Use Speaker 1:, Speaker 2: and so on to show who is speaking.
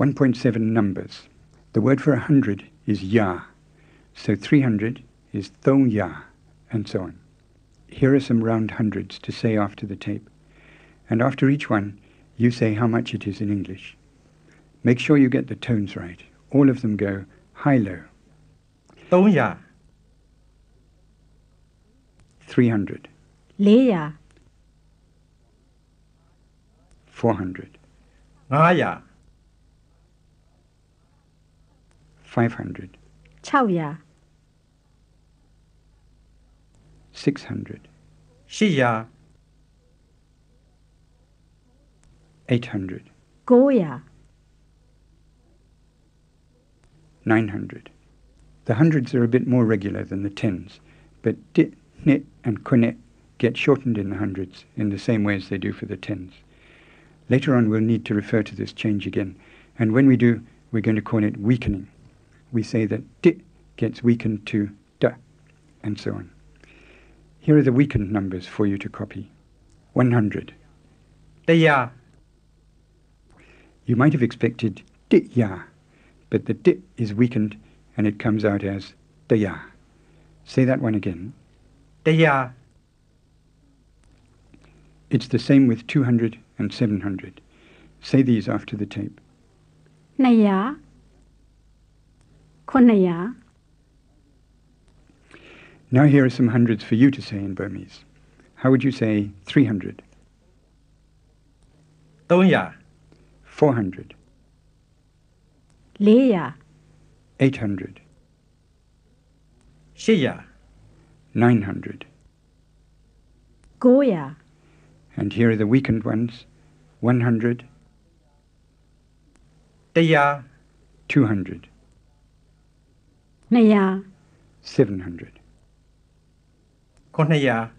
Speaker 1: 1.7 numbers. The word for 100 is ya. So 300 is thong ya, and so on. Here are some round hundreds to say after the tape. And after each one, you say how much it is in English. Make sure you get the tones right. All of them go high low,
Speaker 2: 300
Speaker 1: 300,
Speaker 3: 400
Speaker 1: 400,
Speaker 2: 500
Speaker 1: 500,
Speaker 3: 600
Speaker 1: 600, 800,
Speaker 2: 800
Speaker 3: 900
Speaker 1: 900. The hundreds are a bit more regular than the tens, but dit, nit, and kunit get shortened in the hundreds in the same way as they do for the tens. Later on, we'll need to refer to this change again, and when we do, we're going to call it weakening. We say that dit gets weakened to da, and so on. Here are the weakened numbers for you to copy 100.
Speaker 2: 100
Speaker 1: You might have expected dit ya, but the dit is weakened and it comes out as da ya. Say that one again.
Speaker 2: 100
Speaker 1: It's the same with 200 and 700. Say these after the tape.
Speaker 3: 200 900
Speaker 1: Now here are some hundreds for you to say in Burmese. How would you say 300,
Speaker 2: 300
Speaker 1: 400,
Speaker 3: 400
Speaker 1: 800,
Speaker 2: 800
Speaker 1: 900?
Speaker 3: 900
Speaker 1: And here are the weakened ones 100,
Speaker 2: 100
Speaker 1: 200,
Speaker 3: 200
Speaker 1: 700,
Speaker 2: 900